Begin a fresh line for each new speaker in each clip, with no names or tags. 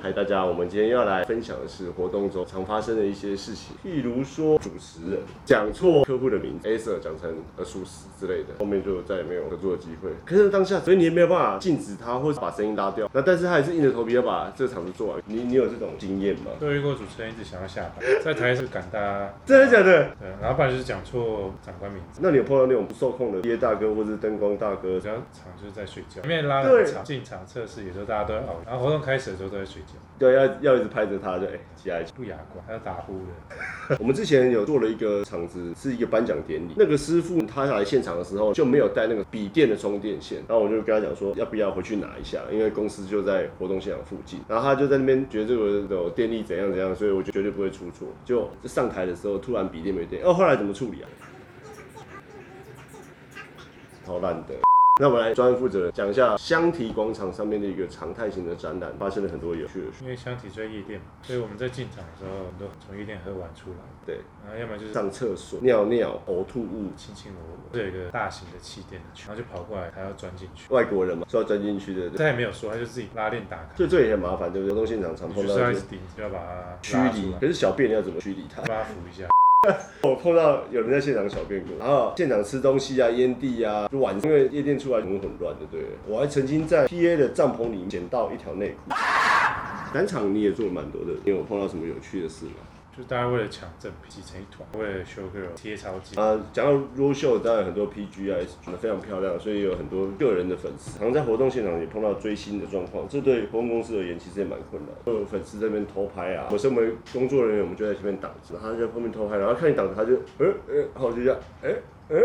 嗨，大家，我们今天要来分享的是活动中常发生的一些事情，譬如说主持人讲错客户的名字，Acer 讲成呃属实之类的，后面就再也没有合作的机会。可是当下，所以你也没有办法禁止他，或是把声音拉掉。那但是他还是硬着头皮要把这个场子做完。你你有这种经验吗？
都遇过主持人一直想要下 班，在台是赶大家，
真的假的？
对，然后不然就是讲错长官名字，
那你有碰到那种不受控的业大哥或是灯光大哥
比？较常就是在睡觉，里面拉了场进场测试，也都大家都在熬夜，然后活动开始的时候都在睡觉，
对，要要一直拍着他，就哎、起来
不雅观，还有打呼的，
我们之前有做了一个场子，是一个颁奖典礼。那个师傅他来现场的时候就没有带那个笔电的充电线，然后我就跟他讲说要不要回去拿一下，因为公司就在活动现场附近。然后他就在那边觉得这个有电力怎样怎样，所以我就绝对不会出错。就上台的时候突然笔电没电，哦，后来怎么处理啊？超烂的。那我们来专案负责人讲一下香堤广场上面的一个常态型的展览，发生了很多有趣的事。
因为香体在夜店嘛，所以我们在进场的时候，我们都从夜店喝完出来，
对，
然后要么就是
上厕所、尿尿、呕吐物，
卿卿我我，这有一个大型的气垫的区，然后就跑过来，还要钻进去，
外国人嘛，说要钻进去的，
他也没有说，他就自己拉链打开，
所以这也很麻烦，对不对？活动现场常
你
碰
就
到
是
一
要一直
些
顶，就要把
驱
它拉
离
出，来，
可是小便要怎么驱离它？
把它扶一下，
我碰到有人在现场小便过，然后现场吃东西啊、烟蒂啊，就晚上因为夜店出来很混乱的，对了。我还曾经在 PA 的帐篷里面捡到一条内裤。展场你也做了蛮多的，你有碰到什么有趣的事吗？
就大家为了抢正品挤成一团，为了 show girl 贴超 近，
啊，讲到 Road Show，当然很多 PG 啊长得非常漂亮，所以有很多个人的粉丝，常在活动现场也碰到追星的状况，这对活动公司而言其实也蛮困扰。会有粉丝在那边偷拍啊，我身为工作人员，我们就在前面挡着，然后他就在后面偷拍，然后看你挡着，他就呃呃，然后我就这样，哎、呃，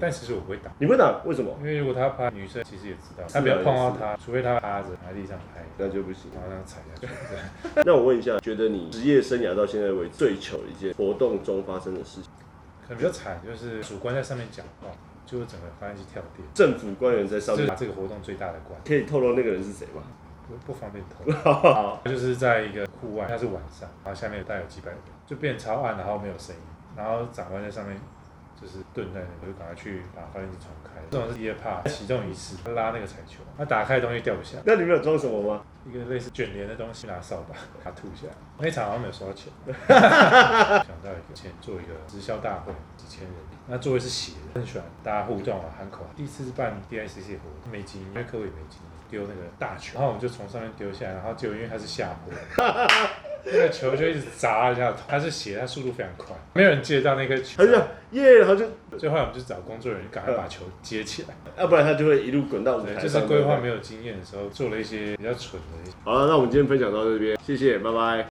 但其实我不会打。
你不挡，为什么？
因为如果他拍女生，其实也知道，他不要碰到他，除非他趴着在地上拍，
那就不行。
然后这样踩下去。
那我问一下，觉得你职业生涯到现在为止最糗的一件活动中发生的事情，
可能比较惨，就是主观在上面讲话，就会整个发现去跳电，
政府官员在上
这
面，
是把这个活动最大的关，
可以透露那个人是谁吗？
不不方便透露。就是在一个户外，那是晚上，然后下面有大概有几百人，就变超暗，然后没有声音，然后长官在上面。就是蹲在那里，我就赶快去把发电机冲开。这种是夜怕启动仪式，拉那个彩球，他打开的东西掉不下，
那你们有装什么吗？
一个类似卷帘的东西，拿扫把把它吐下来。那场好像没有收到钱。 想到以前做一个直销大会，几千人，那座位是斜的，很喜欢大家互动啊，喊口号。第一次是办 DICC 活动，美金，因为各位美金丢那个大球，然后我们就从上面丢下来，然后结果因为它是下坡。那个球就一直砸人家的头，它是斜，它速度非常快，没有人接到那个球
他，就这样耶，然后就，
最后来我们就找工作人员赶快把球接起来。
要不然他就会一路滚到舞
对，
嗯台
就是
上面
规划没有经验的时候，做了一些比较蠢的一些
好了，那我们今天分享到这边，谢谢，拜拜。